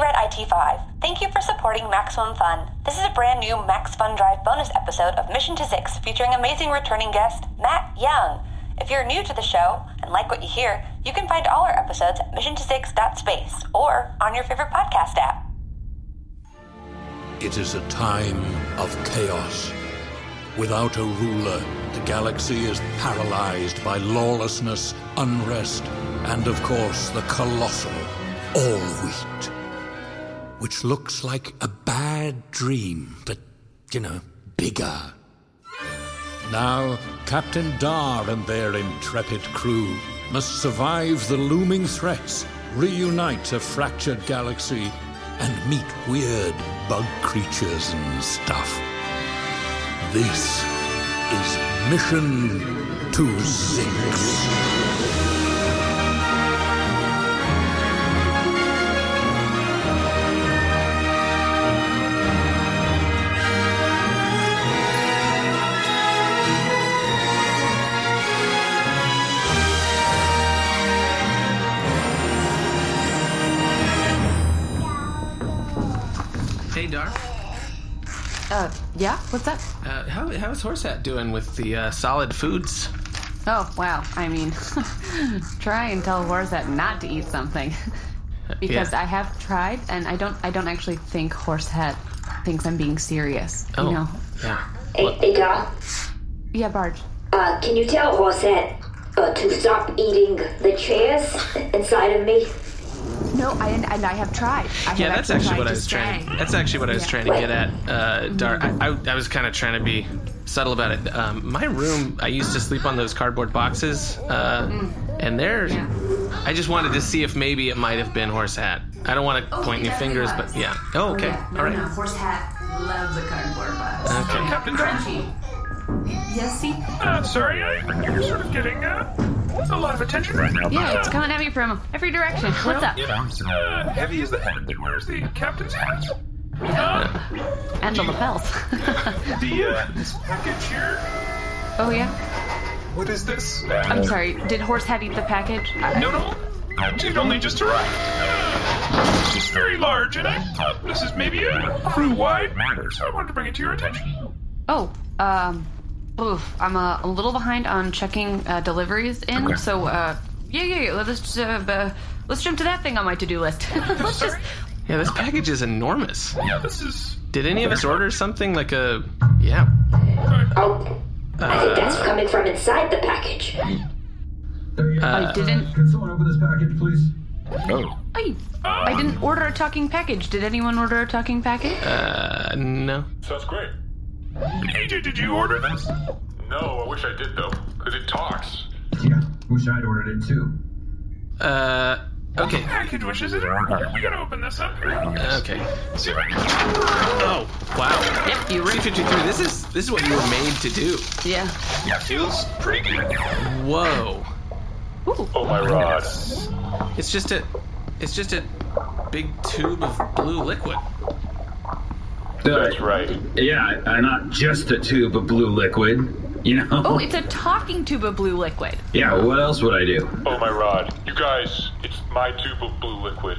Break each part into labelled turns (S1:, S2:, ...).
S1: Red IT5. Thank you for supporting Maximum Fun. This is a brand new Max Fun Drive bonus episode of Mission to Six featuring amazing returning guest Matt Young. If you're new to the show and like what you hear, you can find all our episodes at mission26.space or on your favorite podcast app.
S2: It is a time of chaos. Without a ruler, the galaxy is paralyzed by lawlessness, unrest, and of course the colossal all wheat, which looks like a bad dream, but, you know, bigger. Now, Captain Dar and their intrepid crew must survive the looming threats, reunite a fractured galaxy, and meet weird bug creatures and stuff. This is Mission to Six.
S3: Hey, Dar.
S4: Uh, yeah? What's up?
S3: Uh, how, how's Horsehat doing with the uh, solid foods?
S4: Oh, wow. I mean, try and tell Horset not to eat something. because
S3: Yeah.
S4: I have tried, and I don't, I don't actually think Horsehead thinks I'm being serious.
S3: Oh.
S4: You know?
S3: Yeah.
S5: Hey, hey Doc.
S4: Yeah, Barge.
S5: Uh, can you tell Rosette uh, to stop eating the chairs inside of me?
S4: No, I, and I have tried. I
S3: Yeah,
S4: have
S3: that's actually
S4: tried
S3: what I
S4: to
S3: was
S4: say.
S3: trying. That's actually what I was trying to get at, uh, Dar. I, I, I was kind of trying to be subtle about it. Um, my room, I used to sleep on those cardboard boxes, uh, and there, I just wanted to see if maybe it might have been Horsehat. I don't want to point any fingers, but yeah. Oh, okay. All right.
S6: horse hat loves a cardboard box.
S3: Okay.
S6: Captain Crunchy. Yes, see?
S7: Uh, sorry, I, you're sort of getting uh, a lot of attention right now.
S4: Yeah,
S7: but,
S4: it's
S7: uh,
S4: coming at me from every direction. What's up?
S7: You know, uh, heavy is the head that wears the captain's hat. Uh,
S4: And the lapels.
S7: the uh, this package here.
S4: oh, yeah?
S7: What is this? Uh,
S4: I'm sorry. Did Horsehead eat the package? I-
S7: No, no, it only just arrived. Uh, it's just very large, and I thought this is maybe a crew-wide matter, so I wanted to bring it to your attention.
S4: Oh, um, oof, I'm uh, a little behind on checking uh, deliveries in,
S7: Okay.
S4: so uh, yeah, yeah, yeah. Let's just, uh, uh, let's jump to that thing on my to-do list. let's just.
S3: Yeah, this package is enormous.
S7: Yeah, this is.
S3: Did any of us order something like a? Yeah. Uh,
S5: Oh, I think that's coming from inside the package.
S3: uh,
S4: I didn't.
S8: Someone open this package, please.
S7: Oh.
S4: I, I didn't order a talking package. Did anyone order a talking package?
S3: Uh, no.
S9: Sounds great.
S7: AJ, did you order this?
S9: No, I wish I did though, because it talks.
S8: Yeah, wish I'd ordered it too.
S3: Uh, okay.
S7: Package wishes it. We gotta open this up.
S3: Okay.
S7: See if I can.
S3: Oh, wow. Yep, you 353. This is this is what you were made to do.
S4: Yeah.
S7: Yeah, feels pretty good.
S3: Whoa.
S9: Oh my rod.
S3: It's just a it's just a big tube of blue liquid.
S9: That's right.
S8: Yeah, I, am not just a tube of blue liquid. You know?
S4: Oh, it's a talking tube of blue liquid.
S8: yeah, what else would I do?
S9: Oh my rod. You guys, it's my tube of blue liquid.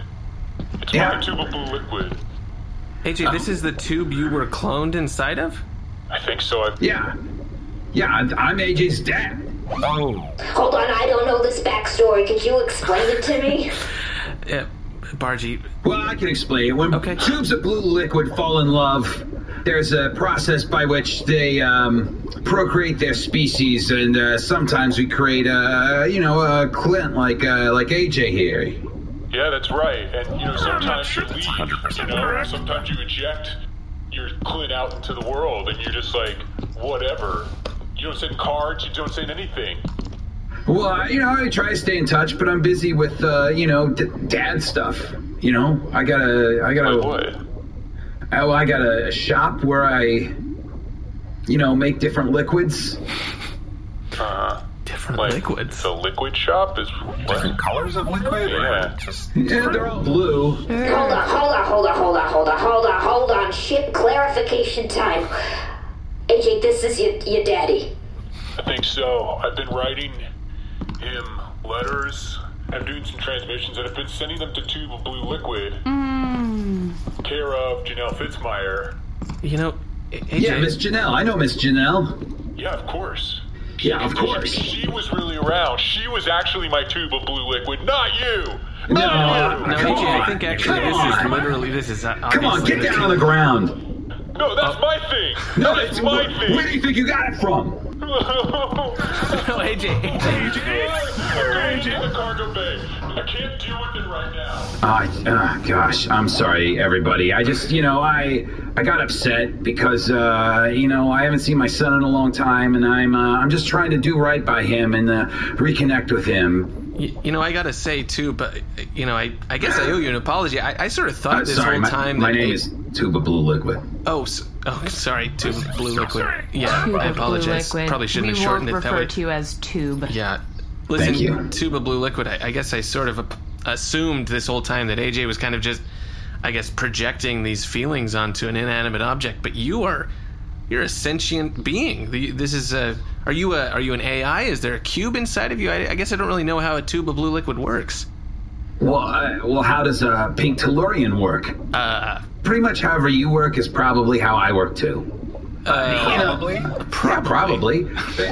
S9: It's
S8: Yeah.
S9: my tube of blue liquid.
S3: AJ, this is the tube you were cloned inside of?
S9: I think so. I,
S8: Yeah. Yeah, I'm, I'm AJ's dad.
S3: Oh.
S5: Hold on, I don't know this backstory. Could you explain it to me?
S3: Yeah, Bargy.
S8: Well, I can explain it. When
S3: Okay.
S8: tubes of blue liquid fall in love, there's a process by which they um, procreate their species, and uh, sometimes we create a, you know, a Clint like uh, like AJ here.
S9: yeah, that's right. And you know, sometimes
S7: sure
S9: you
S7: that's
S9: leave.
S7: 100%
S9: You know,
S7: correct.
S9: sometimes you eject your clit out into the world, and you're just like, whatever. You don't send cards. You don't send anything.
S8: Well, I, you know, I try to stay in touch, but I'm busy with, uh, you know, d- dad stuff. You know, I gotta, I
S9: I
S8: gotta,
S9: would.
S8: I, well, I gotta shop where I, you know, make different liquids.
S9: Uh,
S3: Different
S9: like
S3: liquids.
S9: The liquid shop is
S7: Uh-huh. Different colors of liquid? or
S9: Yeah.
S7: Just
S8: Yeah, they're all blue.
S5: Hold on, hold on, hold on, hold on, hold on, hold on, hold on. Ship clarification time. AJ, this is your, your daddy.
S9: I think so. I've been writing him
S8: Mm.
S9: letters. I'm doing some transmissions, and I've been sending them to Tube of Blue Liquid. Care of Janelle Fitzmeyer.
S3: You know, A- AJ.
S8: Yeah, Miss Janelle. I know Miss Janelle.
S9: Yeah, of course.
S8: Yeah, of
S9: If
S8: course.
S9: She was really around. She was actually my tube of blue liquid, not you.
S8: No,
S9: Not
S3: no,
S9: you.
S8: come
S3: AJ, I
S8: on,
S3: think actually
S8: come
S3: this
S8: on.
S3: is literally this is uh,
S8: Come on,
S3: obviously
S8: get
S3: the
S8: down
S3: two-
S8: on the ground.
S9: No, that's
S7: Oh.
S9: my thing.
S8: No,
S9: that's
S8: it's
S9: my
S8: Where do
S9: thing.
S8: you think you got it from?
S3: No, AJ, AJ,
S9: I'm going to the cargo bay. I can't deal with it right now.
S8: Ah, ah, gosh, I'm sorry, everybody. I just, you know, I I got upset because, uh, you know, I haven't seen my son in a long time, and I'm uh, I'm just trying to do right by him and uh, reconnect with him.
S3: You, you know, I gotta say too, but uh, you know, I, I guess I owe you an apology. I, I sort of thought
S8: Uh,
S3: this
S8: sorry,
S3: whole
S8: my,
S3: time
S8: my
S3: that
S8: name
S3: A-
S8: is Tuba Blue Liquid.
S3: oh s- oh sorry, tube of blue liquid.
S7: sorry.
S3: Yeah, I apologize.
S4: Blue liquid.
S3: Probably shouldn't
S4: we
S3: have shortened
S4: won't
S3: it that
S4: refer
S3: way.
S4: to you as tube.
S3: Yeah, listen,
S8: you.
S3: tube of blue liquid. I, I guess I sort of ap- assumed this whole time that AJ was kind of just, I guess, projecting these feelings onto an inanimate object. But you are, you're a sentient being. The- This is a. Are you a? Are you an AI? Is there a cube inside of you? I, I guess I don't really know how a tube of blue liquid works.
S8: Well, uh, well, how does uh, Pink Tellurian work?
S3: Uh,
S8: Pretty much, however you work is probably how I work too.
S3: uh,
S8: Probably. Yeah, probably.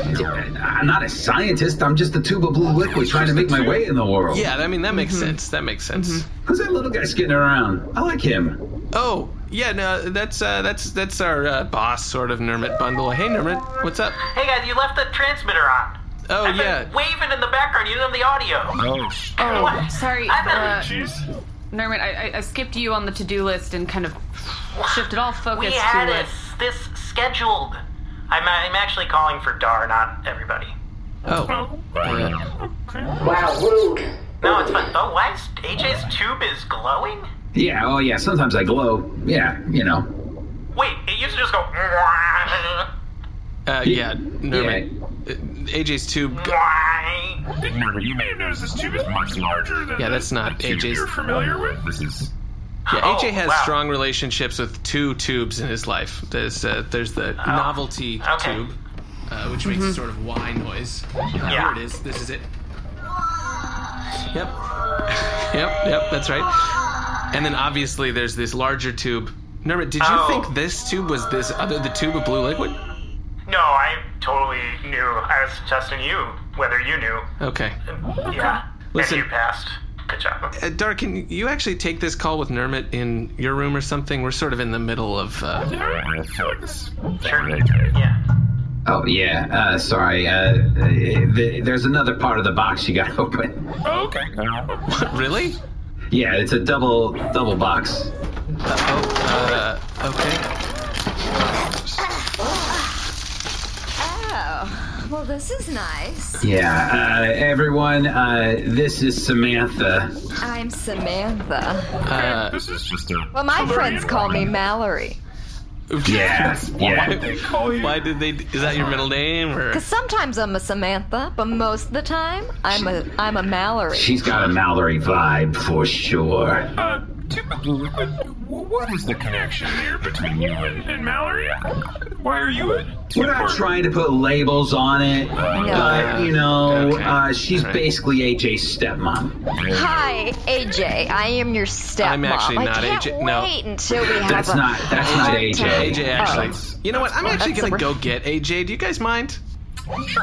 S8: I'm not a scientist. I'm just a tube of blue liquid trying to make my way in the world.
S3: Yeah, I mean that makes
S8: Mm-hmm.
S3: sense. That makes sense.
S8: Who's that little guy skidding around? I like him.
S3: Oh, yeah, no, that's uh, that's that's our uh, boss sort of Nermit bundle. Hey, Nermit, what's up?
S10: Hey guys, you left the transmitter on.
S3: Oh
S10: I've
S3: yeah,
S10: been waving in the background using the audio.
S7: Oh, sh-
S4: Oh, sorry,
S10: I've been-
S4: uh,
S7: jeez.
S4: Norman. I, I- I skipped you on the to-do list and kind of shifted all
S10: We
S4: focus
S10: had
S4: to
S10: it, this scheduled. I'm, I'm actually calling for Dar, not everybody.
S3: oh,
S7: Oh, okay.
S5: Wow, rude.
S10: No, it's fun. Oh, why is AJ's tube is glowing?
S8: Yeah, oh yeah, sometimes I glow. Yeah, you know.
S10: Wait, it used to just go.
S3: uh, yeah, Nermit, Uh, AJ's tube.
S7: Remember, you may have noticed this tube is much larger than
S3: Yeah, that's
S7: the-
S3: not
S7: the tube
S3: AJ's
S7: you're familiar with. This is
S3: Yeah,
S10: Oh,
S3: AJ has
S10: wow.
S3: strong relationships with two tubes in his life. There's uh, there's the novelty
S10: Oh. okay. Mm-hmm.
S3: tube, uh, which makes
S7: Mm-hmm.
S3: a sort of Y noise. Uh,
S10: Yeah.
S3: Here it is. This is it. Yep. yep. Yep. That's right. And then obviously there's this larger tube. Nermit, did you
S10: Oh.
S3: think this tube was this other the tube of blue liquid?
S10: No, I totally knew. I was testing you, whether you knew.
S3: Okay.
S10: Yeah.
S3: Listen.
S10: And you passed. Good job.
S3: Uh, Dar, can you actually take this call with Nermit in your room or something? We're sort of in the middle of. Uh,
S7: I feel like this.
S10: Sure. Yeah.
S8: Oh yeah, uh, sorry. Uh, th- there's another part of the box you got to open.
S7: Oh, okay.
S3: really?
S8: Yeah, it's a double double box.
S3: Uh, okay.
S11: Oh, well, this is nice.
S8: Yeah, uh, everyone, uh, this is Samantha.
S11: I'm Samantha.
S3: Uh,
S7: This is just a.
S11: Well, my friends call me Mallory.
S8: Yeah, yeah.
S7: Call you.
S3: Why did they? Is that your middle name or?
S11: Cause sometimes I'm a Samantha, but most of the time I'm a I'm a Mallory.
S8: She's got a Mallory vibe for sure.
S7: Uh, tube of blue liquid. wh- What is the connection here between you and, and Mallory? Why are you at?
S8: We're not trying to put labels on it, but you know,
S3: Okay.
S8: uh, she's
S3: Alright.
S8: basically AJ's stepmom.
S11: Hi, AJ. I am your stepmom.
S3: I'm actually
S11: I
S3: not
S11: can't
S3: AJ. No.
S11: Wait until we have
S8: That's
S11: a Oh.
S8: not that's not AJ.
S3: AJ actually. you know what? I'm actually
S11: That's the
S3: gonna go
S11: re-
S3: get AJ. Do you guys mind?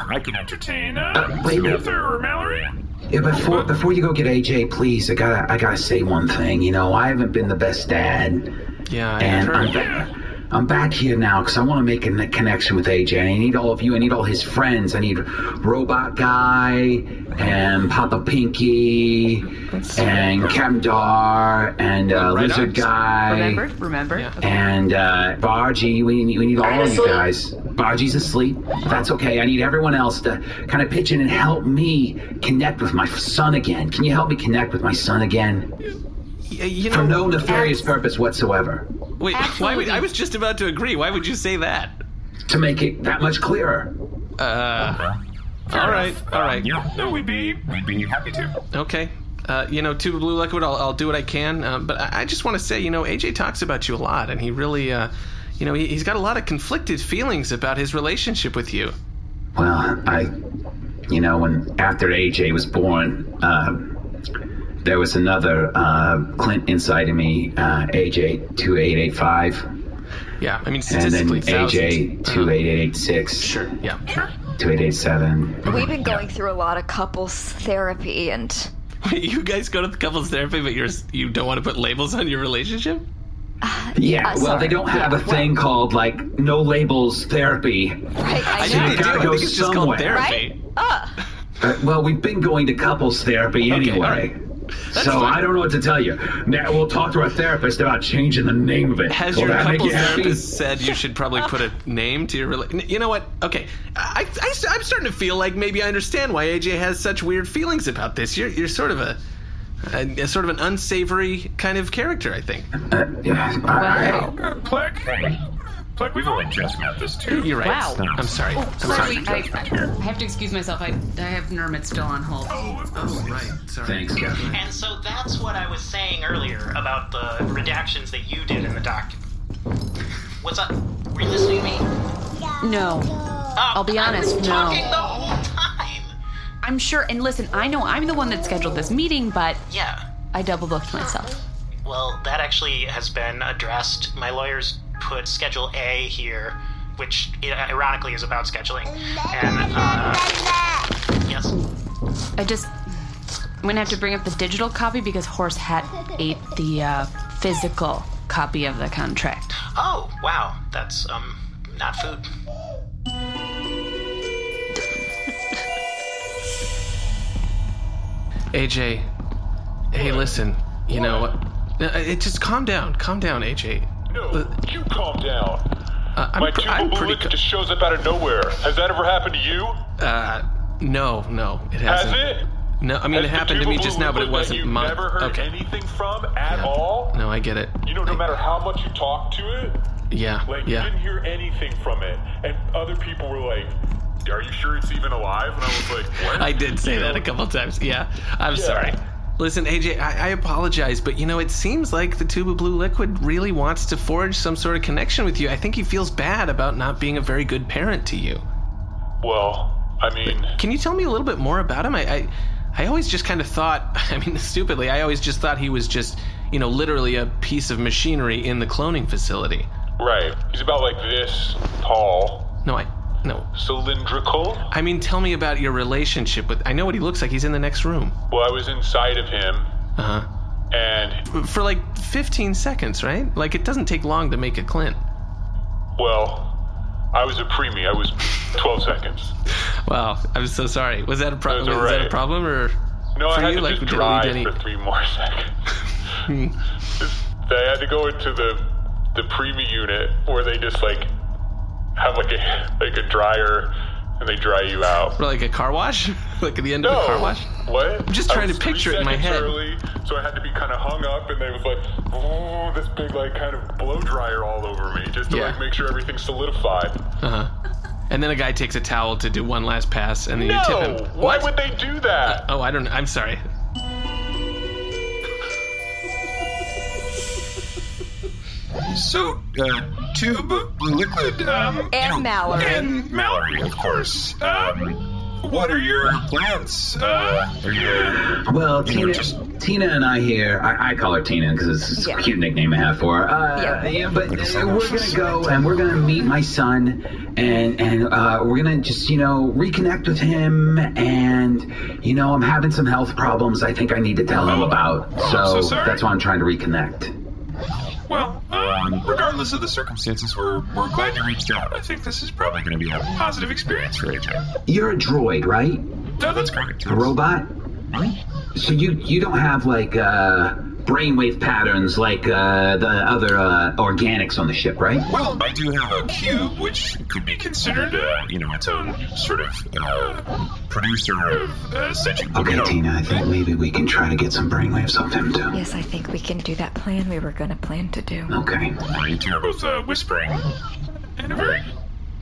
S7: I can entertain
S8: Uh,
S7: uh,
S8: wait a minute.
S7: Samantha or Mallory.
S8: Yeah, before before you go get AJ, please, I gotta I gotta say one thing. You know, I haven't been the best dad,
S3: Yeah, I
S8: and I'm
S3: heard.
S8: back, I'm back here now because I want to make a n- connection with AJ. I need all of you. I need all his friends. I need Robot Guy and Papa Pinky and Captain Dar and uh,
S3: Right
S8: Lizard
S3: on.
S8: Guy.
S4: remember, remember. Okay.
S8: And uh, Bargy, we need, we need all
S5: I'm
S8: of you
S5: asleep.
S8: guys. Bargy's asleep. That's okay. I need everyone else to kind of pitch in and help me connect with my son again. Can you help me connect with my son again?
S3: Y- You
S8: For no
S3: know,
S8: nefarious purpose whatsoever.
S3: wait. Why would, I was just about to agree. Why would you say that?
S8: To make it that much clearer.
S3: Uh, all right, all right,
S7: Um, Yeah. No, we'd be we'd be happy to.
S3: okay. Uh, you know, tube of blue liquid. I'll, I'll do what I can. Uh, but I, I just want to say, you know, AJ talks about you a lot, and he really, uh, you know, he, he's got a lot of conflicted feelings about his relationship with you.
S8: Well, I, you know, when after AJ was born, uh, there was another uh, Clint inside of me, uh, AJ two eight eight five.
S3: Yeah, I mean
S8: And then
S3: statistically,
S8: AJ
S3: thousands.
S8: two eight eight eight six. Sure.
S3: Yeah.
S8: Two eight eight seven.
S11: We've been going through a lot of couples therapy and
S3: you guys go to the couples therapy, but you're you don't want to put labels on your relationship.
S8: Yeah.
S3: Uh,
S8: well,
S3: sorry.
S8: they don't have a thing called like no labels therapy. Right.
S3: I know. They do. I think it's just called therapy.
S11: right? Uh,
S8: well, we've been going to couples therapy anyway. So I don't know what to tell you. Now we'll talk to our therapist about changing the name of it.
S3: Has
S8: Will
S3: your
S8: that make
S3: couples
S8: you happy?
S3: therapist said you should probably put a name to your relationship? You know what? Okay, I, I, am starting to feel like maybe I understand why AJ has such weird feelings about this. You're you're sort of a, a, a sort of an unsavory kind of character, I think.
S7: Wow. Plaque, hey. Plaque, we've only just met this too.
S3: You're right.
S4: Wow.
S3: I'm sorry.
S4: Oh,
S3: I'm
S4: sorry.
S3: sorry.
S4: I, I have to excuse myself. I, I have Nermit still on hold.
S3: Oh, right. Sorry.
S8: Thanks,
S10: And so that's what I was saying earlier about the redactions that you did in the document. What's up? Were you listening to me?
S4: No. I'll be honest, no.
S10: Oh, talking the whole
S4: I'm sure, and listen, I know I'm the one that scheduled this meeting, but
S10: Yeah.
S4: I double booked myself.
S10: Well, that actually has been addressed. My lawyers put Schedule A here, which i- ironically is about scheduling. And, uh, yes.
S4: I just. I'm gonna have to bring up the digital copy because Horse Hat ate the uh, physical copy of the contract.
S10: Oh, wow. That's, um, not food.
S3: AJ, hey, listen. You know, what? No, it just calm down. Calm down, AJ.
S9: No, you calm down.
S3: Uh, I'm,
S9: My
S3: pr-
S9: tube
S3: I'm
S9: of
S3: pretty.
S9: bullet just shows up out of nowhere. Has that ever happened to you?
S3: Uh, no, no, it
S9: Has
S3: hasn't.
S9: it?
S3: No, I mean it
S9: Has the
S3: happened to
S9: tube
S3: me
S9: of
S3: just now, but it
S9: bullet that
S3: wasn't
S9: you've
S3: mine.
S9: never heard
S3: okay.
S9: anything from at all?
S3: No, I get it.
S9: You know, no matter how much you talk to it,
S3: Yeah,
S9: like you
S3: yeah.
S9: didn't hear anything from it. And other people were like, "Are you sure it's even alive?" And I was like, "What?"
S3: I did say that a couple times. Yeah, I'm
S9: Yeah.
S3: sorry. Listen, AJ, I, I apologize, but you know, it seems like the Tube of Blue Liquid really wants to forge some sort of connection with you. I think he feels bad about not being a very good parent to you.
S9: Well, I mean,
S3: Can you tell me a little bit more about him? I, I, I always just kind of thought, I mean, stupidly, I always just thought he was just, you know, literally a piece of machinery in the cloning facility.
S9: right? He's about like this tall,
S3: No, I, no.
S9: cylindrical.
S3: I mean, tell me about your relationship with. I know what he looks like. He's in the next room.
S9: Well, I was inside of him,
S3: Uh huh.
S9: and
S3: For like 15 seconds, right? Like, it doesn't take long to make a Clint.
S9: well, I was a preemie. I was 12 seconds.
S3: Wow, I'm so sorry. Was that a problem?
S9: That's all
S3: Was that a
S9: right.
S3: problem or
S9: No,
S3: for
S9: I had
S3: you?
S9: to
S3: like,
S9: just
S3: did we
S9: drive
S3: need any-
S9: for three more seconds.
S3: hmm,
S9: They had to go into the the preemie unit where they just like have like a like a dryer and they dry you out.
S3: for like a car wash? like at the end of a car wash?
S9: What?
S3: I'm just
S9: I
S3: trying
S9: was
S3: to
S9: three
S3: picture it in my
S9: seconds
S3: head.
S9: Early, so I had to be kind of hung up, and they was like, "Oh, this big like kind of blow dryer all over me, just to
S3: Yeah.
S9: like make sure everything's solidified."
S3: Uh huh. And then a guy takes a towel to do one last pass, and then you tip
S9: no,
S3: him.
S9: why would they do that?
S3: Oh, I don't know. I'm sorry.
S7: So, uh, tube of blue liquid. Um,
S11: And Mallory.
S7: And Mallory, of course. Um, what are your plans? Uh, are you
S8: Well,
S7: You know,
S8: Tina, Tina and I here, I, I call her Tina because it's
S11: Yeah.
S8: a cute nickname I have for her. Uh,
S11: Yeah.
S8: yeah. but uh, we're going to go and we're going to meet my son and, and uh, we're going to just, you know, reconnect with him. And, you know, I'm having some health problems I think I need to tell him about.
S7: Oh. I'm
S8: So,
S7: so sorry.
S8: that's why I'm trying to reconnect.
S7: well? Um, regardless of the circumstances, we're we're glad you reached out. I think this is probably going to be a positive experience for AJ.
S8: You're a droid, right?
S7: No, that's correct.
S8: A robot? So you you don't have like uh, brainwave patterns like uh, the other uh, organics on the ship, right?
S7: Well, I do have a cube, which could be considered, uh, you know, its own sort of uh, producer of uh, sentient.
S8: Okay,
S7: you know,
S8: Tina, I think maybe we can try to get some brainwaves off him too.
S11: yes, I think we can do that plan we were gonna plan to do.
S8: Okay.
S7: You two are both uh, whispering in a very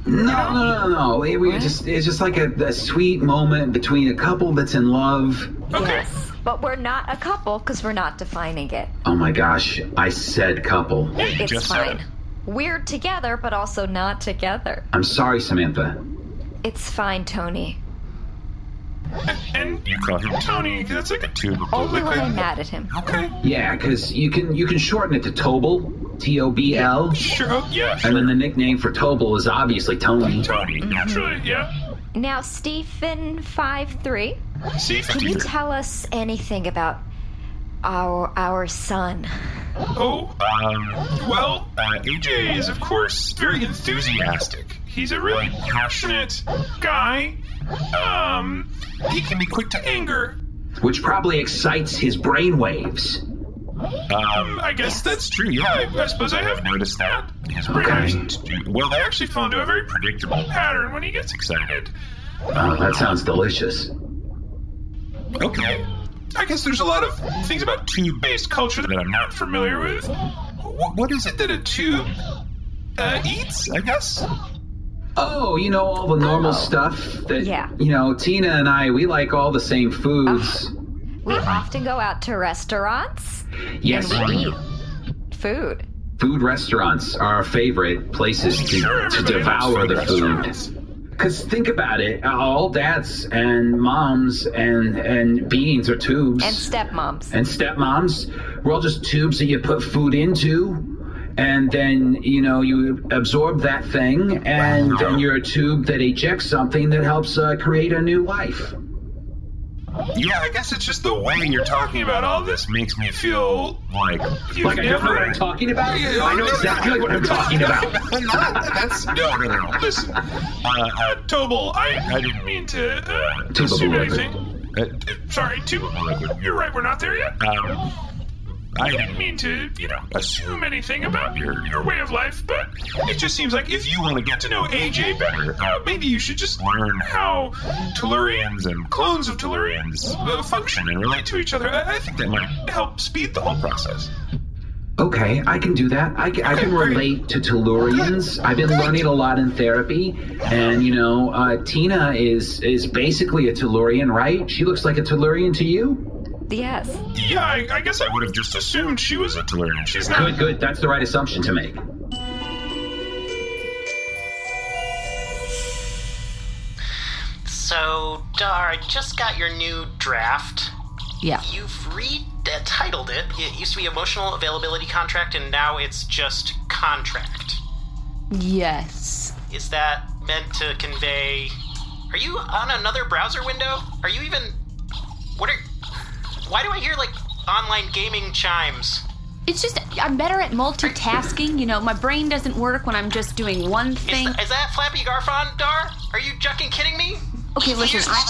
S8: No, no, no, no. It, we just, it's just like a, a sweet moment between a couple that's in love.
S11: Yes, but we're not a couple because we're not defining it.
S8: Oh my gosh, I said couple.
S11: It's
S8: just
S11: fine.
S8: said it.
S11: We're together, but also not together.
S8: I'm sorry, Samantha.
S11: It's fine, Tony.
S7: And you call him Tony, 'cause that's like a two.
S11: Only when I'm mad at him.
S7: Okay.
S8: Yeah, because you can you can shorten it to Tobel, T O B L.
S7: Sure. oh, Yeah.
S8: And then the nickname for Tobel is obviously Tony.
S7: Tony, naturally, yeah.
S11: Now, Stephen five three. Can you
S7: C53.
S11: tell us anything about our our son?
S7: Oh, um, well, uh, AJ is, of course, very enthusiastic. He's a really passionate guy. Um, he can be quick to anger.
S8: Which probably excites his brainwaves.
S7: Um, I guess that's true. Yeah, I, I suppose I have noticed that. His reactions do- well, they actually fall into a very predictable pattern when he gets excited.
S8: Oh, that sounds delicious.
S7: Okay. I guess there's a lot of things about tube based culture that I'm not familiar with. What, what is it that a tube uh, eats, I guess?
S8: Oh, you know all the normal
S11: Oh.
S8: stuff that you know. Tina and I, we like all the same foods.
S11: Uh-huh. We often go out to restaurants.
S8: Yes.
S11: And we eat food.
S8: Food restaurants are our favorite places to, to devour the food. Because think about it, all dads and moms and and beans are tubes.
S11: And stepmoms.
S8: and stepmoms were all just tubes that you put food into and then you know you absorb that thing and then you're a tube that ejects something that helps uh, create a new life
S7: Yeah, I guess it's just the way you're talking about all this makes me feel like you've
S8: Like I don't know
S7: never-
S8: what I'm talking about?
S7: Yeah,
S8: I know
S7: no,
S8: exactly
S7: no,
S8: what I'm
S7: no,
S8: talking
S7: no,
S8: about.
S7: no, no, that's no, no, no. no. Listen, uh, uh, Tobel, I, I didn't mean to uh,
S9: Tubal
S7: assume
S9: liquid.
S7: anything. Uh, Sorry, Tubal liquid. You're right. We're not there yet. Um, I didn't mean to, you know, assume anything about your, your way of life, but it just seems like if you want to get to know AJ better, uh, maybe you should just learn how Tellurians and clones of Tellurians uh, function and relate to each other. I, I think that might help speed the whole process.
S8: okay i can do that i can, I can relate to tellurians i've been learning a lot in therapy and you know uh, tina is is basically a tellurian right she looks like a tellurian to you
S11: Yes.
S7: Yeah, I, I guess I would have just assumed she was a Tellurian. She's not.
S8: good good that's the right assumption to make
S10: So, Dar, I just got your new draft.
S4: Yeah.
S10: You've retitled it. It used to be Emotional Availability Contract, and now it's just Contract.
S4: Yes.
S10: Is that meant to convey. Are you on another browser window? Are you even. What are. Why do I hear, like, online gaming chimes?
S4: It's just I'm better at multitasking. You know, my brain doesn't work when I'm just doing one thing.
S10: Is that Flappy Garfon, Dar? Are you jucking kidding me?
S4: Okay, listen. I,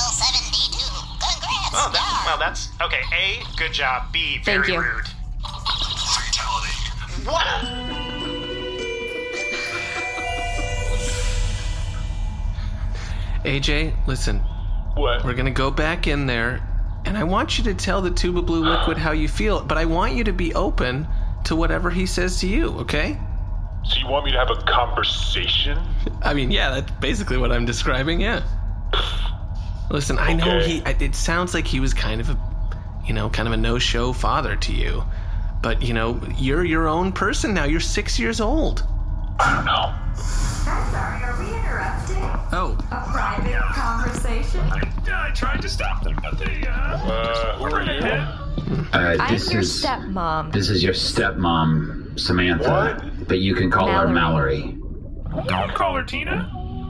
S10: Oh, that, well, that's. Okay, A, good job. B, very
S4: Thank you.
S10: rude. What?
S3: AJ, listen.
S9: What?
S3: We're gonna go back in there, and I want you to tell the tube of blue liquid how you feel, but I want you to be open to whatever he says to you. Okay?
S9: So you want me to have a conversation?
S3: I mean, yeah, that's basically what I'm describing. Yeah. Listen, I know
S9: Okay.
S3: he. I- It sounds like he was kind of a, you know, kind of a no-show father to you, but you know, you're your own person now. You're six years old.
S9: I don't know.
S3: Oh.
S6: A private conversation?
S7: I tried to stop them, but they, uh.
S9: Uh, who are you?
S8: uh,
S11: I'm
S8: this
S11: your
S8: is
S11: stepmom.
S8: This is your stepmom, Samantha. But you can call her Mallory.
S7: Don't call her Tina.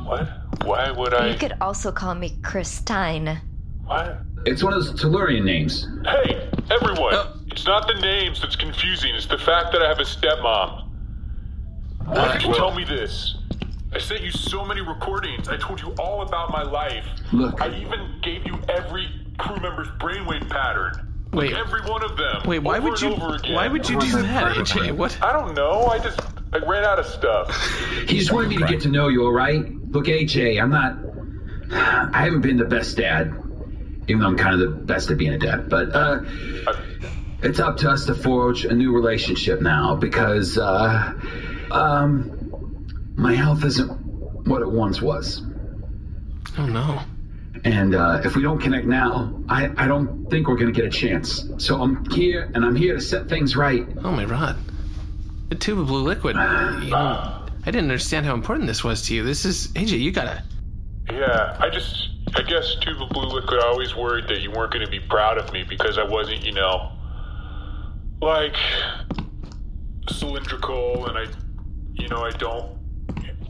S9: What? Why would
S11: You
S9: I?
S11: could also call me Christine.
S9: What?
S8: It's one of those Tellurian names.
S9: Hey, everyone! It's not the names that's confusing. It's the fact that I have a stepmom. Why did you tell me this? I sent you so many recordings. I told you all about my life.
S8: Look.
S9: I even gave you every crew member's brainwave pattern.
S3: Wait.
S9: Like every one of them.
S3: Wait, why
S9: over
S3: would
S9: and
S3: you?
S9: Over again.
S3: Why would you do that, AJ? What?
S9: I don't know. I just I ran out of stuff.
S8: He just wanted me to get to know you, all right? Look, AJ, I'm not. I haven't been the best dad, even though I'm kind of the best at being a dad. But uh, it's up to us to forge a new relationship now because uh, um, my health isn't what it once was.
S3: Oh no.
S8: And uh, if we don't connect now, I, I don't think we're going to get a chance. So I'm here, and I'm here to set things right.
S3: Oh my rod. A tube of blue liquid. You know, I didn't understand how important this was to you. This is AJ. You gotta.
S9: Yeah, I just I guess too, the blue liquid. I always worried that you weren't going to be proud of me because I wasn't, you know, like cylindrical, and I, you know, I don't.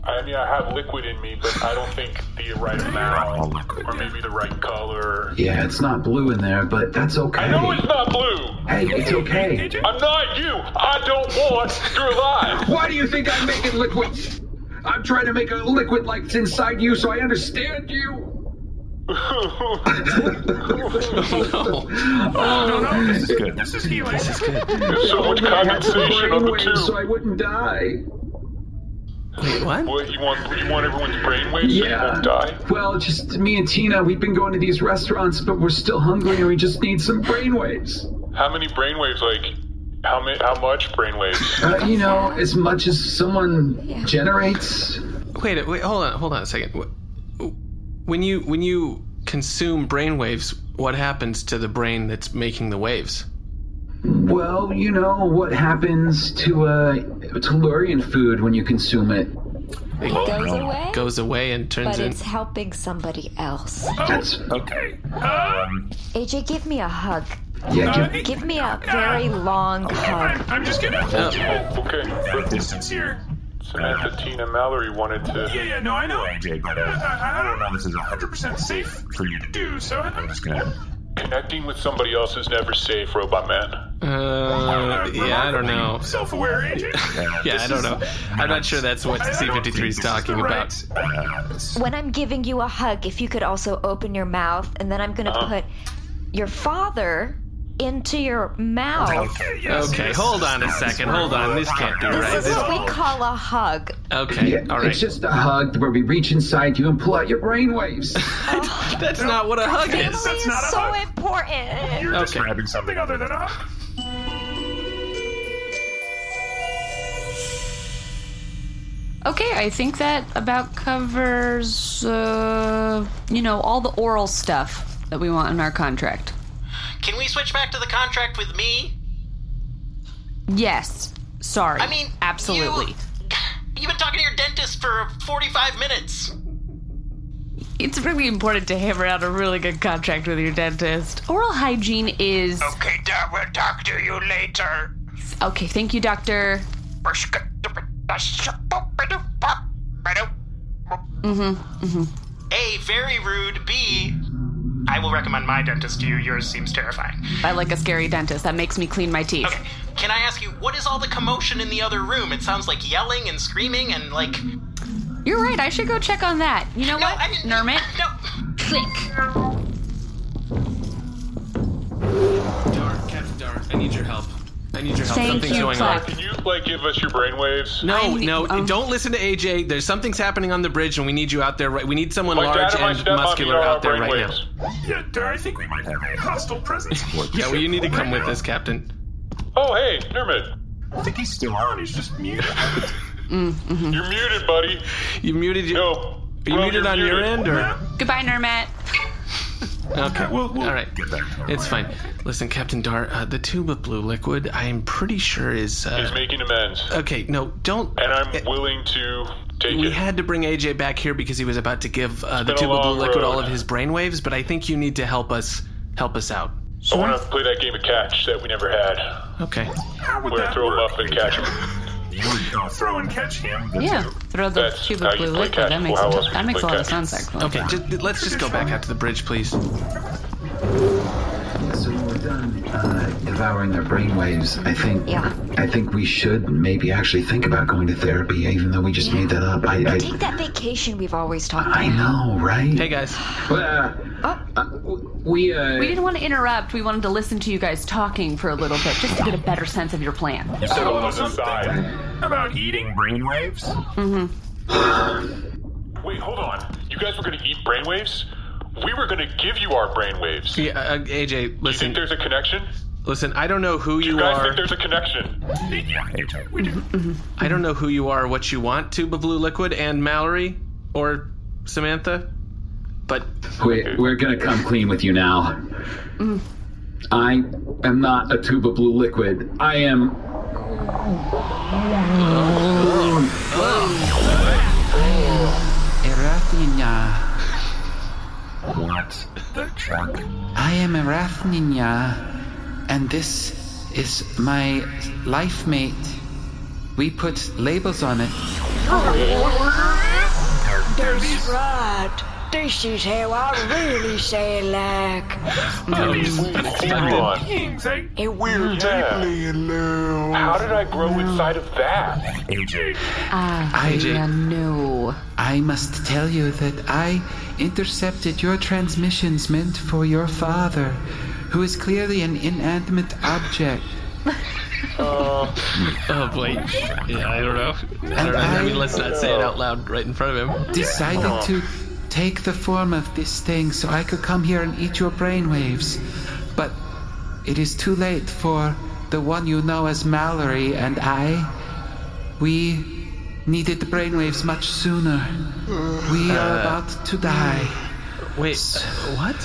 S9: I mean, I have liquid in me, but I don't think the right amount, or maybe the right color.
S8: Yeah, it's not blue in there, but that's okay.
S9: I know it's not blue.
S8: Hey, it's okay.
S9: I'm not you. I don't want your life.
S8: Why do you think I'm making liquid? I'm trying to make a liquid like it's inside you, so I understand you.
S7: Oh, no, no, this is good. This is healing. This is good.
S9: There's so much
S8: I had some
S9: condensation on the
S8: brainwaves
S9: tube.
S8: so I wouldn't die.
S3: Wait, what?
S9: What you want? You want everyone's brainwaves so you
S8: Yeah.
S9: won't die?
S8: Well, just me and Tina, we've been going to these restaurants, but we're still hungry and we just need some brainwaves.
S9: How many brainwaves? Like, how many? How much brainwaves?
S8: Uh, you know, as much as someone generates.
S3: Wait, wait, hold on, hold on a second. Wh- When you when you consume brain waves, what happens to the brain that's making the waves?
S8: Well, you know what happens to uh, Tellurian food when you consume it.
S3: It
S11: goes away?
S3: Goes away and turns
S11: But
S3: in.
S11: it's helping somebody else.
S7: Oh.
S8: That's
S7: okay. Um,
S11: AJ, give me a hug.
S8: yeah. give-
S11: Give me a very long hug.
S7: I'm just gonna.
S3: Oh.
S9: Oh, okay. But
S7: Distance here.
S9: Samantha, Tina, Mallory wanted
S7: Yeah,
S9: to.
S7: yeah, no, I know.
S12: AJ, but
S7: I,
S12: uh,
S7: I, I don't know.
S12: this is a
S7: 100% safe
S12: for you to do.
S7: do, so I'm just gonna.
S9: Connecting with somebody else is never safe, Robot Man.
S3: Uh, yeah, I don't know.
S7: Self aware agent.
S3: Yeah, I don't know. I'm not sure that's what C53 is talking about.
S11: When I'm giving you a hug, if you could also open your mouth, and then I'm gonna
S3: Uh-huh.
S11: put your father into your mouth.
S7: Okay, yes,
S3: Okay,
S7: yes.
S3: hold on a second. Hold on. This can't be right.
S11: This is
S3: This-
S11: what we call a hug.
S3: okay, all
S8: It's
S3: right.
S8: just a hug where we reach inside you and pull out your brainwaves.
S3: That's not what a hug is.
S11: Family
S7: that's not a
S11: is so
S7: hug.
S11: important.
S7: You're
S3: Okay.
S7: describing something other than a hug.
S4: Okay, I think that about covers, uh, you know, all the oral stuff that we want in our contract.
S10: Can we switch back to the contract with me?
S4: Yes. Sorry.
S10: I mean,
S4: absolutely.
S10: You, have been talking to your dentist for 45 minutes.
S4: It's really important to hammer out a really good contract with your dentist. Oral hygiene is.
S12: Okay, Dad, we'll talk to you later.
S10: Oh.
S4: Okay, thank you, doctor. Mm-hmm,
S10: A, very rude. B, I will recommend my dentist to you. Yours seems terrifying.
S4: I like a scary dentist. That makes me clean my teeth.
S10: Okay, can I ask you, what is all the commotion in the other room? It sounds like yelling and screaming and like.
S4: You're right. I should go check on that. You know
S10: No,
S4: what,
S10: I mean-
S4: Nermit?
S10: No.
S4: Click.
S3: Dar, Captain Dar, I need your help. I need your help.
S4: Thank
S3: Something's
S4: you,
S3: going on.
S4: Clack.
S9: Can you like give us your brainwaves?
S3: No,
S4: I need-
S3: no,
S4: um,
S3: don't listen to AJ. There's something's happening on the bridge, and we need you out there. Right, we need someone
S9: My
S3: large
S9: dad and my
S3: and
S9: stepmom need
S3: muscular
S9: all our
S3: out there right now.
S9: brainwaves.
S7: Yeah, Dar, I think we might have a hostile presence.
S3: Yeah, well, you need to come with us, Captain.
S9: Oh, hey, Nermit.
S7: I think he's still on. He's just muted.
S4: Mm.
S9: You're muted, buddy.
S3: Mm-hmm. You muted your.
S9: No.
S3: You
S9: Bro,
S3: muted
S9: you're
S3: on your end, or
S4: Goodbye, Nermit.
S3: okay?
S7: we'll- we'll
S3: All right,
S7: get back to it.
S3: it's fine. Listen, Captain Dar, uh, the tube of blue liquid, I'm pretty sure is.
S9: He's
S3: Uh,
S9: making amends,
S3: okay, no, don't.
S9: and I'm willing to take
S3: We
S9: it.
S3: had to bring AJ back here because he was about to give uh, the
S9: been a
S3: tube of blue
S9: long
S3: liquid all
S9: road.
S3: of his brainwaves, but I think you need to help us help us out.
S9: I want to play that game of catch that we never had.
S3: Okay.
S7: How would
S9: We're gonna
S7: that
S9: throw him
S7: work?
S9: up and catch him.
S7: Throw and catch him.
S4: Yeah. Throw the
S9: That's
S4: tube
S9: how
S4: of
S9: you
S4: blue
S9: play
S4: liquid.
S9: catch.
S4: That makes
S9: Wow,
S4: a-
S9: that's how
S4: that
S9: you
S4: makes a
S9: play
S4: lot of
S9: catch.
S4: sense, actually.
S3: Okay. Just, let's just go back out to the bridge, please.
S8: so when we're done uh, devouring their brainwaves, I think
S11: Yeah.
S8: I think we should maybe actually think about going to therapy, even though we just made that up. I I,
S11: Take that vacation we've always talked about.
S8: I know, right?
S3: Hey, guys.
S8: Uh,
S11: Oh.
S8: uh, we uh,
S4: We didn't want to interrupt. We wanted to listen to you guys talking for a little bit just to get a better sense of your plan.
S7: You said a little
S9: the side.
S7: something about eating.
S12: Brainwaves?
S9: Wait, hold on. You guys were gonna eat brainwaves? We were gonna give you our brainwaves.
S3: Yeah, uh, AJ,
S9: You think
S3: listen,
S9: there's a connection?
S3: listen. I don't know who
S9: You
S3: you
S9: guys
S3: are.
S9: think there's a connection?
S7: Yeah, AJ, we do.
S3: I don't know who you are, what you want, tube of blue liquid, and Mallory or Samantha. But
S8: Wait, we're gonna come clean with you now.
S11: Mm.
S8: I am not a tube of blue liquid. I am.
S11: Oh.
S7: shark?
S13: I am a Wrath Ninja, and this is my life mate. We put labels on it.
S14: That's right. This is how I really say like.
S7: eh?
S9: It
S14: we're
S9: deeply in love. How did I grow inside of that?
S13: AJ.
S4: Ah, yeah, no.
S13: I must tell you that I intercepted your transmissions meant for your father, who is clearly an inanimate object.
S3: oh boy. Yeah, I don't know. I
S13: And
S3: don't know. I
S13: I-
S3: mean, let's not say it out loud right in front of him.
S15: Oh.
S13: Decided to take the form of this thing so I could come here and eat your brainwaves. But it is too late for the one you know as Mallory and I. We needed the brainwaves much sooner. We are
S3: Uh,
S13: about to die.
S3: Wait, what?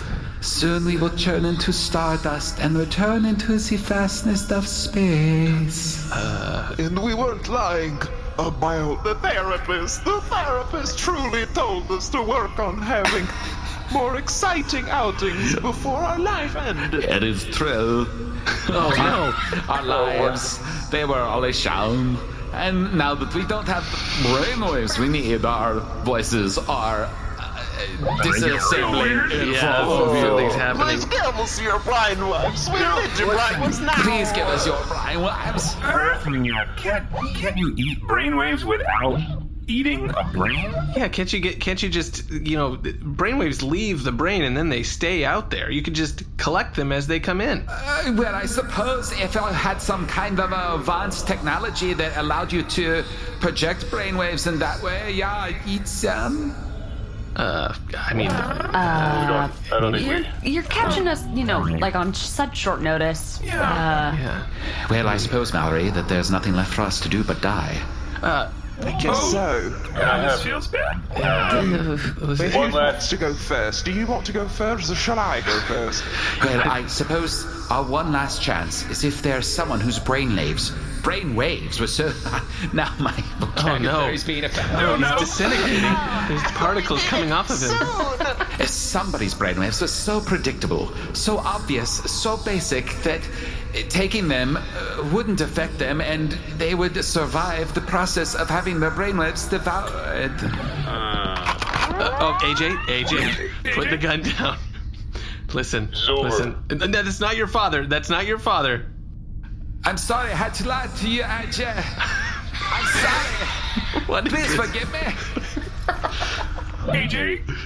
S13: Soon we will turn into stardust and return into the vastness of space.
S16: And we weren't lying about the therapist. The therapist truly told us to work on having more exciting outings before our life ended.
S15: It is true. Oh no, our lives, they were only shown. And now that we don't have brainwaves, we need our voices are uh, disassembling in
S3: Yeah,
S15: full of
S3: something's
S15: you.
S3: happening.
S16: Please give us your brainwaves. We need your brainwaves now.
S15: Please give us your brainwaves.
S7: Earthling, can, can you eat brainwaves without eating a brain?
S3: Yeah, can't you get? Can't you just you know, brainwaves leave the brain and then they stay out there. You could just collect them as they come in.
S15: Uh, well, I suppose if I had some kind of advanced technology that allowed you to project brainwaves in that way, yeah, I'd eat some.
S3: Uh, I mean,
S4: Uh,
S3: I don't think
S4: you're, you're catching us, you know, like on such short notice. Uh,
S13: Well, I suppose, Mallory, that there's nothing left for us to do but die.
S3: Uh,
S16: I guess so.
S7: Yeah, this feels bad.
S16: One wants to go first. Do you want to go first, or shall I go first?
S13: Well, I suppose our one last chance is if there's someone whose brain waves, brain waves were so. now my vocabulary's being affected.
S3: Oh, No, he's disintegrating. There's particles coming off of him.
S13: Uh, Somebody's brainwaves were so predictable, so obvious, so basic that uh, taking them uh, wouldn't affect them, and they would survive the process of having their brainwaves devoured.
S3: Uh, oh, AJ, AJ, put the gun down. Listen, listen. No, that's not your father. That's not your father.
S15: I'm sorry I had to lie to you, AJ. I'm sorry.
S3: What is
S15: Please
S3: this?
S15: forgive me.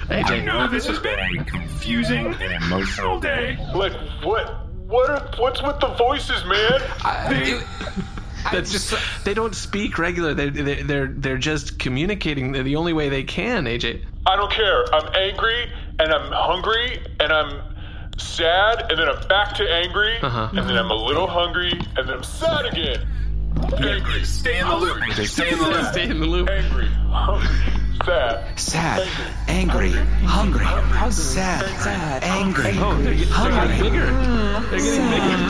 S7: AJ, I know this has been a confusing and emotional day.
S9: Like what? What? Are, what's with the voices, man?
S3: That's just they don't speak regular. They they they're they're just communicating the- the only way they can. AJ,
S9: I don't care. I'm angry and I'm hungry and I'm sad and then I'm back to angry
S3: Uh-huh.
S9: and then I'm a little hungry and then I'm sad again. Angry. Stay in the loop.
S3: Stay in the loop. Stay in the loop.
S9: Angry. Hungry. Sad.
S13: Sad, angry, hungry, sad, angry,
S7: Oh,
S13: hungry.
S3: They're getting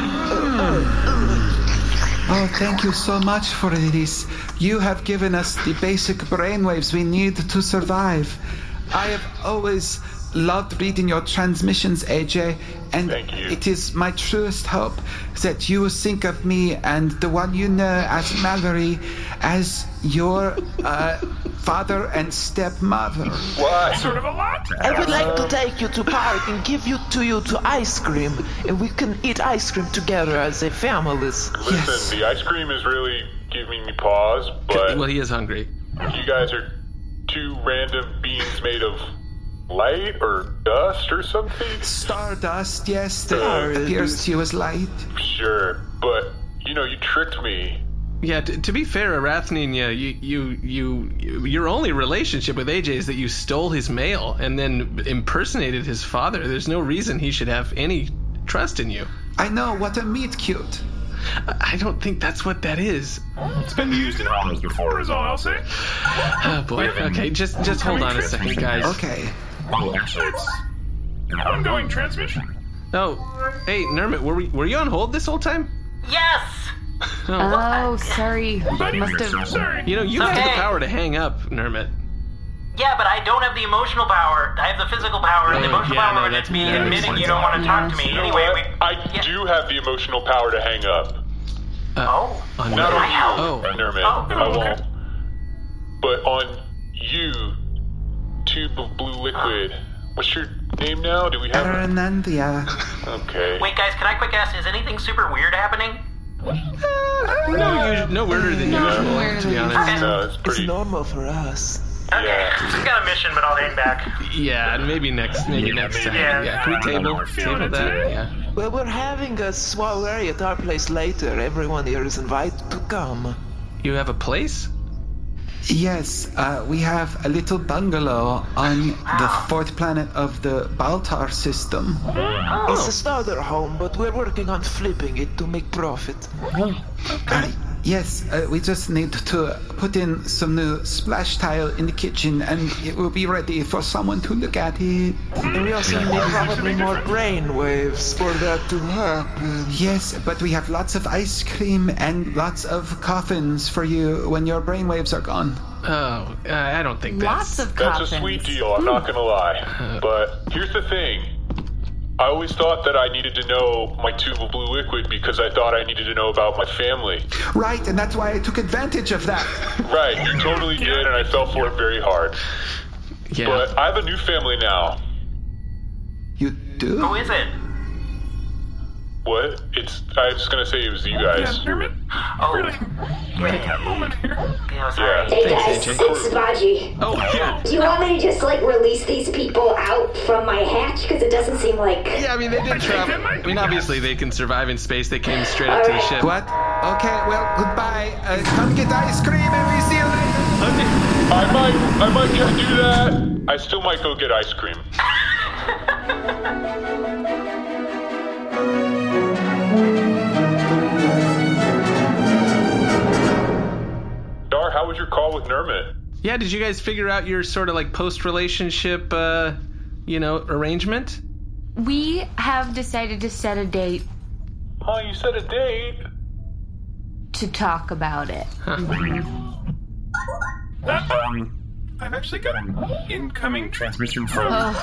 S13: Oh, thank you so much for this. You have given us the basic brainwaves we need to survive. I have always loved reading your transmissions, AJ, and it is my truest hope that you will think of me and the one you know as Mallory as your uh, father and stepmother.
S9: Why?
S7: Sort of a lot.
S17: I would like to take you to park and give you to you to ice cream, and we can eat ice cream together as a families.
S9: Listen, the ice cream is really giving me pause, but
S3: well, he is hungry.
S9: you guys are two random beings made of light or dust or something.
S13: Stardust, yes,
S3: Oh,
S13: that appears to you as light.
S9: Sure, but you know you tricked me.
S3: Yeah. T- to be fair, Arathnia, you, you you you your only relationship with AJ is that you stole his mail and then impersonated his father. There's no reason he should have any trust in you.
S13: I know what a meat cute.
S3: I don't think that's what that is.
S7: It's been used in all those before, is all I'll say.
S3: Oh boy. Okay, just just hold on a second, guys.
S13: Okay.
S7: Oh, actually, it's an ongoing transmission.
S3: Oh, hey, Nermit, were we, were you on hold this whole time?
S18: Yes.
S3: Oh.
S4: oh, sorry. Must have.
S3: You know, you have
S4: Okay.
S3: the power to hang up, Nermit.
S10: Yeah, but I don't have the emotional power. I have the physical power,
S3: Oh,
S10: and the emotional power would just be admitting you don't want to talk to me.
S9: You know
S10: Anyway,
S9: what? I do have the emotional power to hang up.
S3: Uh,
S10: oh,
S9: Not
S10: no.
S9: on you,
S10: Oh.
S9: Enderman.
S10: Oh,
S9: I won't. But on you, tube of blue liquid. What's your name now? Do we have?
S13: Aranandia.
S10: Uh,
S9: Okay.
S10: Wait, guys, can I quick ask? Is anything super weird happening?
S3: No, usu- no weirder than usual, to be honest.
S9: No, it's
S3: pretty.
S17: normal for us.
S3: Yeah.
S10: Got a mission, but I'll hang back.
S3: Yeah, and maybe next, maybe next time. Yeah, can we table, table that? Yeah.
S17: Well, we're having a soiree at our place later. Everyone here is invited to come.
S3: You have a place?
S13: Yes, uh, we have a little bungalow on the fourth planet of the Baltar system.
S3: Oh.
S17: It's a starter home, but we're working on flipping it to make profit.
S13: Uh, Yes, uh, we just need to put in some new splash tile in the kitchen and it will be ready for someone to look at it.
S17: And we also need probably more brain waves for that to happen.
S13: Yes, but we have lots of ice cream and lots of coffins for you when your brainwaves are gone.
S3: Oh, uh, I don't think
S4: Lots of
S9: That's
S4: coffins.
S9: a sweet deal, I'm not gonna
S10: Hmm.
S9: lie. But here's the thing. I always thought that I needed to know my tube of blue liquid because I thought I needed to know about my family.
S13: Right, and that's why I took advantage of that.
S9: Right, you totally did, and I fell for it very hard.
S3: Yeah.
S9: But I have a new family now.
S13: You do?
S10: Who is it?
S9: What? It's. I was gonna say it was you guys.
S10: Oh, yeah, sorry.
S5: Hey guys, it's Sabaji.
S3: Oh, yeah.
S5: Do you want me to just like release these people out from my hatch? Because it doesn't seem like. Yeah,
S3: I mean they did travel. I mean, obviously they can survive in space. They came straight up to the ship.
S13: What? Okay, well, goodbye. Uh, come get ice cream and we see you later.
S9: I might. I might just do that. I still might go get ice cream. Dar, how was your call with Nermit?
S3: Yeah, did you guys figure out your sort of like post relationship, uh, you know, arrangement?
S4: We have decided to set a date
S9: Oh, you set a date.
S4: to talk about it.
S7: Um, I've actually got an incoming transmission from
S4: Ugh.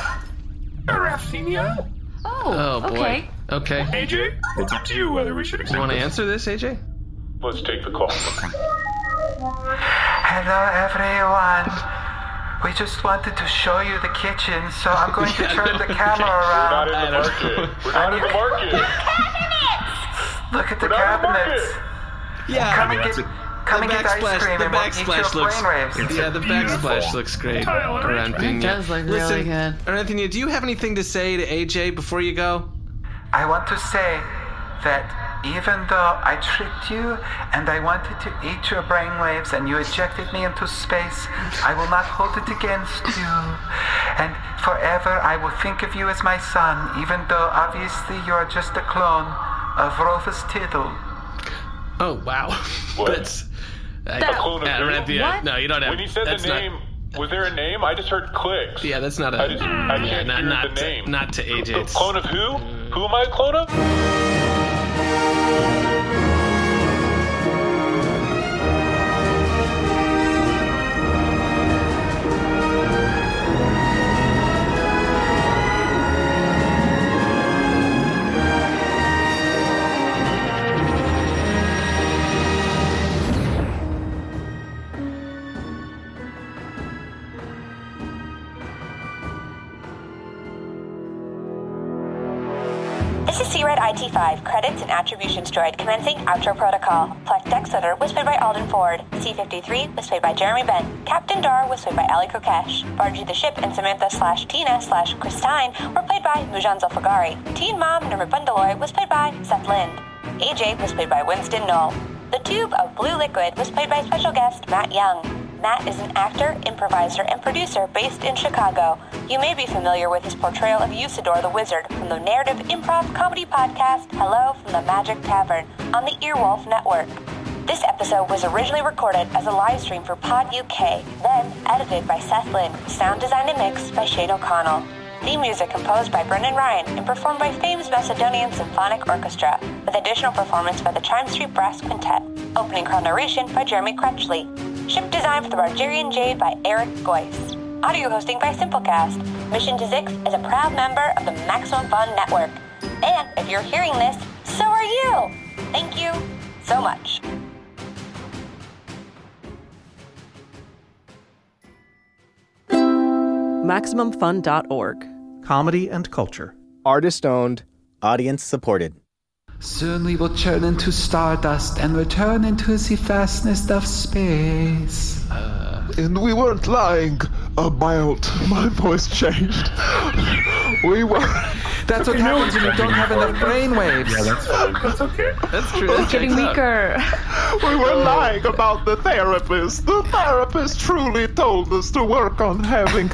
S7: Arathenia.
S3: Oh, boy. Okay.
S7: AJ, it's up to you whether we should
S3: You
S7: accept
S3: want to
S7: this.
S3: answer this, AJ?
S9: Let's take the call.
S18: Hello, everyone. We just wanted to show you the kitchen, so I'm going to turn the camera around.
S9: We're not in the market. We're not in the market.
S18: Look at the cabinets.
S3: Yeah,
S18: come
S3: I mean,
S18: and
S3: that's
S18: get,
S3: a-
S18: come
S3: the
S18: and get ice
S3: backsplash-
S18: cream
S3: the
S18: and we'll eat your
S3: backsplash looks,
S18: brainwaves.
S3: Yeah, the backsplash looks great. Aranthenia.
S18: It does look really
S3: Listen,
S18: good.
S3: Aranthenia, do you have anything to say to AJ before you go?
S18: I want to say that even though I tricked you and I wanted to eat your brainwaves and you ejected me into space, I will not hold it against you. And forever I will think of you as my son, even though obviously you are just a clone of Rufus Tittle.
S3: Oh, wow. That's.
S18: That-
S3: Aranthenia,
S18: What?
S3: no, you don't have.
S9: When you said
S3: that's
S9: the
S3: not-
S9: name, was there a name? I just heard clicks.
S3: yeah, that's not a.
S9: I just- I
S3: yeah,
S9: can't
S3: not,
S9: hear
S3: not
S9: the
S3: to,
S9: name.
S3: Not to AJ. it's-
S9: Clone of who? Who am I a clone of?
S1: This is C-Red IT5, credits and attributions droid commencing outro protocol. Pluck Dexeter was played by Alden Ford. C-53 was played by Jeremy Ben. Captain Dar was played by Ali Kokesh. Bargy the Ship and Samantha slash Tina slash Christine were played by Mujan Zulfagari. Teen Mom Nirma Bundaloy was played by Seth Lind. AJ was played by Winston Knoll. The Tube of Blue Liquid was played by special guest Matt Young. Matt is an actor, improviser, and producer based in Chicago. You may be familiar with his portrayal of Usador the Wizard from the narrative improv comedy podcast Hello from the Magic Tavern on the Earwolf Network. This episode was originally recorded as a live stream for Pod UK, then edited by Seth Lynn, sound designed and mixed by Shane O'Connell. Theme music composed by Brendan Ryan and performed by Fame's Macedonian Symphonic Orchestra, with additional performance by the Chime Street Brass Quintet. Opening chord narration by Jeremy Crutchley. Ship design for the Bargerian Jade by Eric Goyce. Audio hosting by Simplecast. Mission to Zix is a proud member of the Maximum Fun Network. And if you're hearing this, so are you! Thank you so much.
S19: MaximumFun.org.
S20: Comedy and culture.
S21: Artist owned, audience supported.
S13: Soon we will turn into stardust and return into the vastness of space.
S16: And we weren't lying about my voice changed. we were.
S13: That's what happens when you don't have enough brain waves.
S16: Yeah, that's fine. That's okay. Oh.
S3: That's
S16: true. That
S4: Getting
S16: checks out.
S4: weaker.
S16: We were lying about the therapist. The therapist truly told us to work on having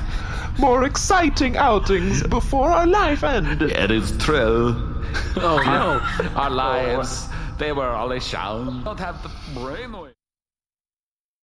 S16: more exciting outings before our life ended.
S15: It is true.
S16: Oh,
S15: Our lives, they were all a shout. Don't have the brainwave.